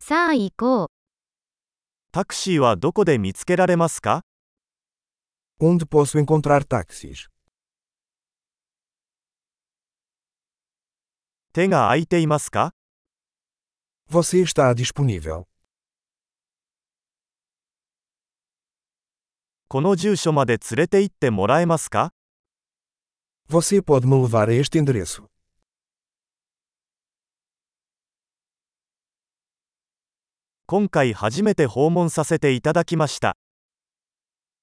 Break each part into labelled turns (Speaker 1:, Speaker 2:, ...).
Speaker 1: さあ行こう。
Speaker 2: タクシーはどこで見つけられますか
Speaker 3: Onde posso encontrar táxis?
Speaker 2: 手が空いていますか
Speaker 3: Você está disponível.
Speaker 2: この住所まで連れて行ってもらえますか
Speaker 3: Você pode me levar a este endereço.
Speaker 2: 今回初めて訪問させていただきました。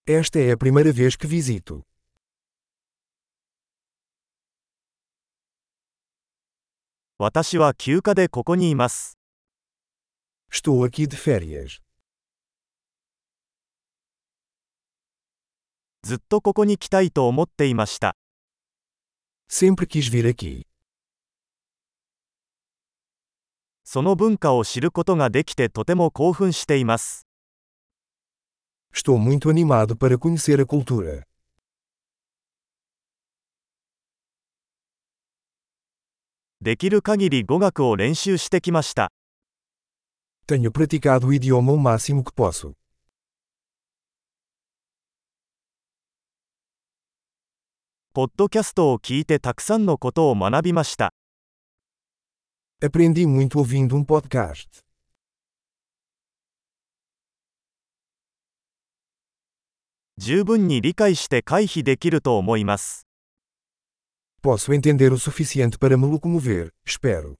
Speaker 3: Esta é a primeira vez que visito.
Speaker 2: 私は休暇でここにいます。
Speaker 3: Estou aqui de férias.
Speaker 2: ずっとここに来たいと思っていました。
Speaker 3: Sempre quis vir aqui.
Speaker 2: その文化を知ることができてとても興奮しています。
Speaker 3: Estou muito animado para conhecer a cultura.
Speaker 2: できる限り語学を練習してきました。
Speaker 3: Tenho praticado o idioma o máximo que posso.
Speaker 2: ポッドキャストを聞いてたくさんのことを学びました。
Speaker 3: Aprendi muito ouvindo um podcast.
Speaker 2: 十分に理解して回避できると思います。
Speaker 3: Posso entender o suficiente para me locomover, espero.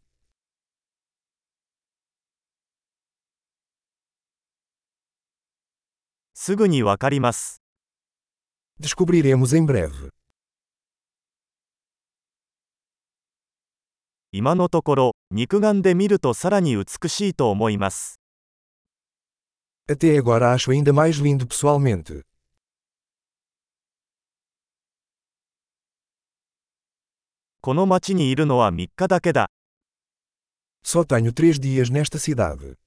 Speaker 2: すぐにわかります。
Speaker 3: Descobriremos em breve.
Speaker 2: 今のところ、肉眼で見るとさらに美しいと思います。
Speaker 3: Até agora acho ainda mais lindo pessoalmente.
Speaker 2: この町にいるのは3日だけだ。
Speaker 3: Só tenho três dias nesta cidade.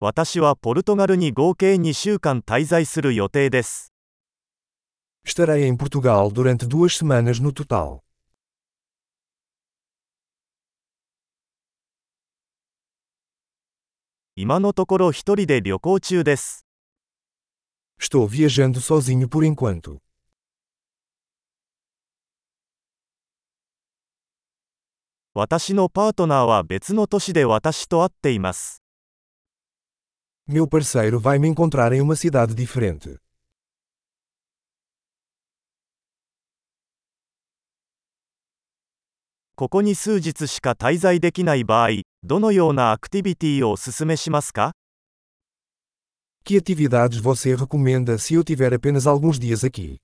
Speaker 2: 私はポルトガルに合計2週間滞在する予定です。
Speaker 3: Estarei em Portugal durante duas semanas no total.
Speaker 2: 今のところ一人で旅行中です。
Speaker 3: Estou viajando sozinho por enquanto.
Speaker 2: 私のパートナーは別の都市で私と会っています。
Speaker 3: Meu parceiro vai me encontrar em uma cidade diferente.
Speaker 2: ここに数日しか滞在できない場合、どのようなアクティビティをお勧めしますか
Speaker 3: Que atividades você recomenda se eu tiver apenas alguns dias aqui?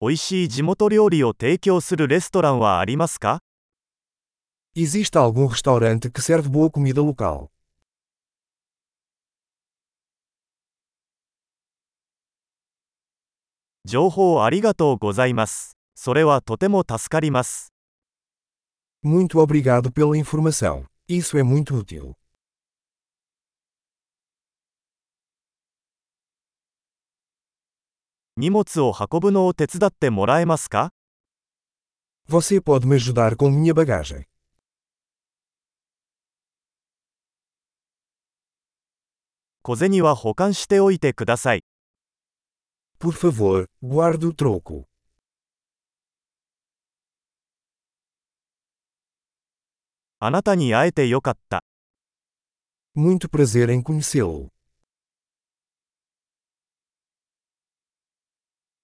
Speaker 2: 美味しい地元料理を提供するレストランはありますか
Speaker 3: Existe algum restaurante que serve boa comida local?
Speaker 2: 情報ありがとうございます。それはとても助かります。
Speaker 3: Muito obrigado pela informação. Isso é muito útil.
Speaker 2: 荷物を運ぶのを手伝ってもらえますか
Speaker 3: Você pode me ajudar com minha bagagem.
Speaker 2: 小銭は保管しておいてください。
Speaker 3: Por favor, guarde o troco.
Speaker 2: あなたに会えてよかった。
Speaker 3: Muito prazer em conhecê-lo.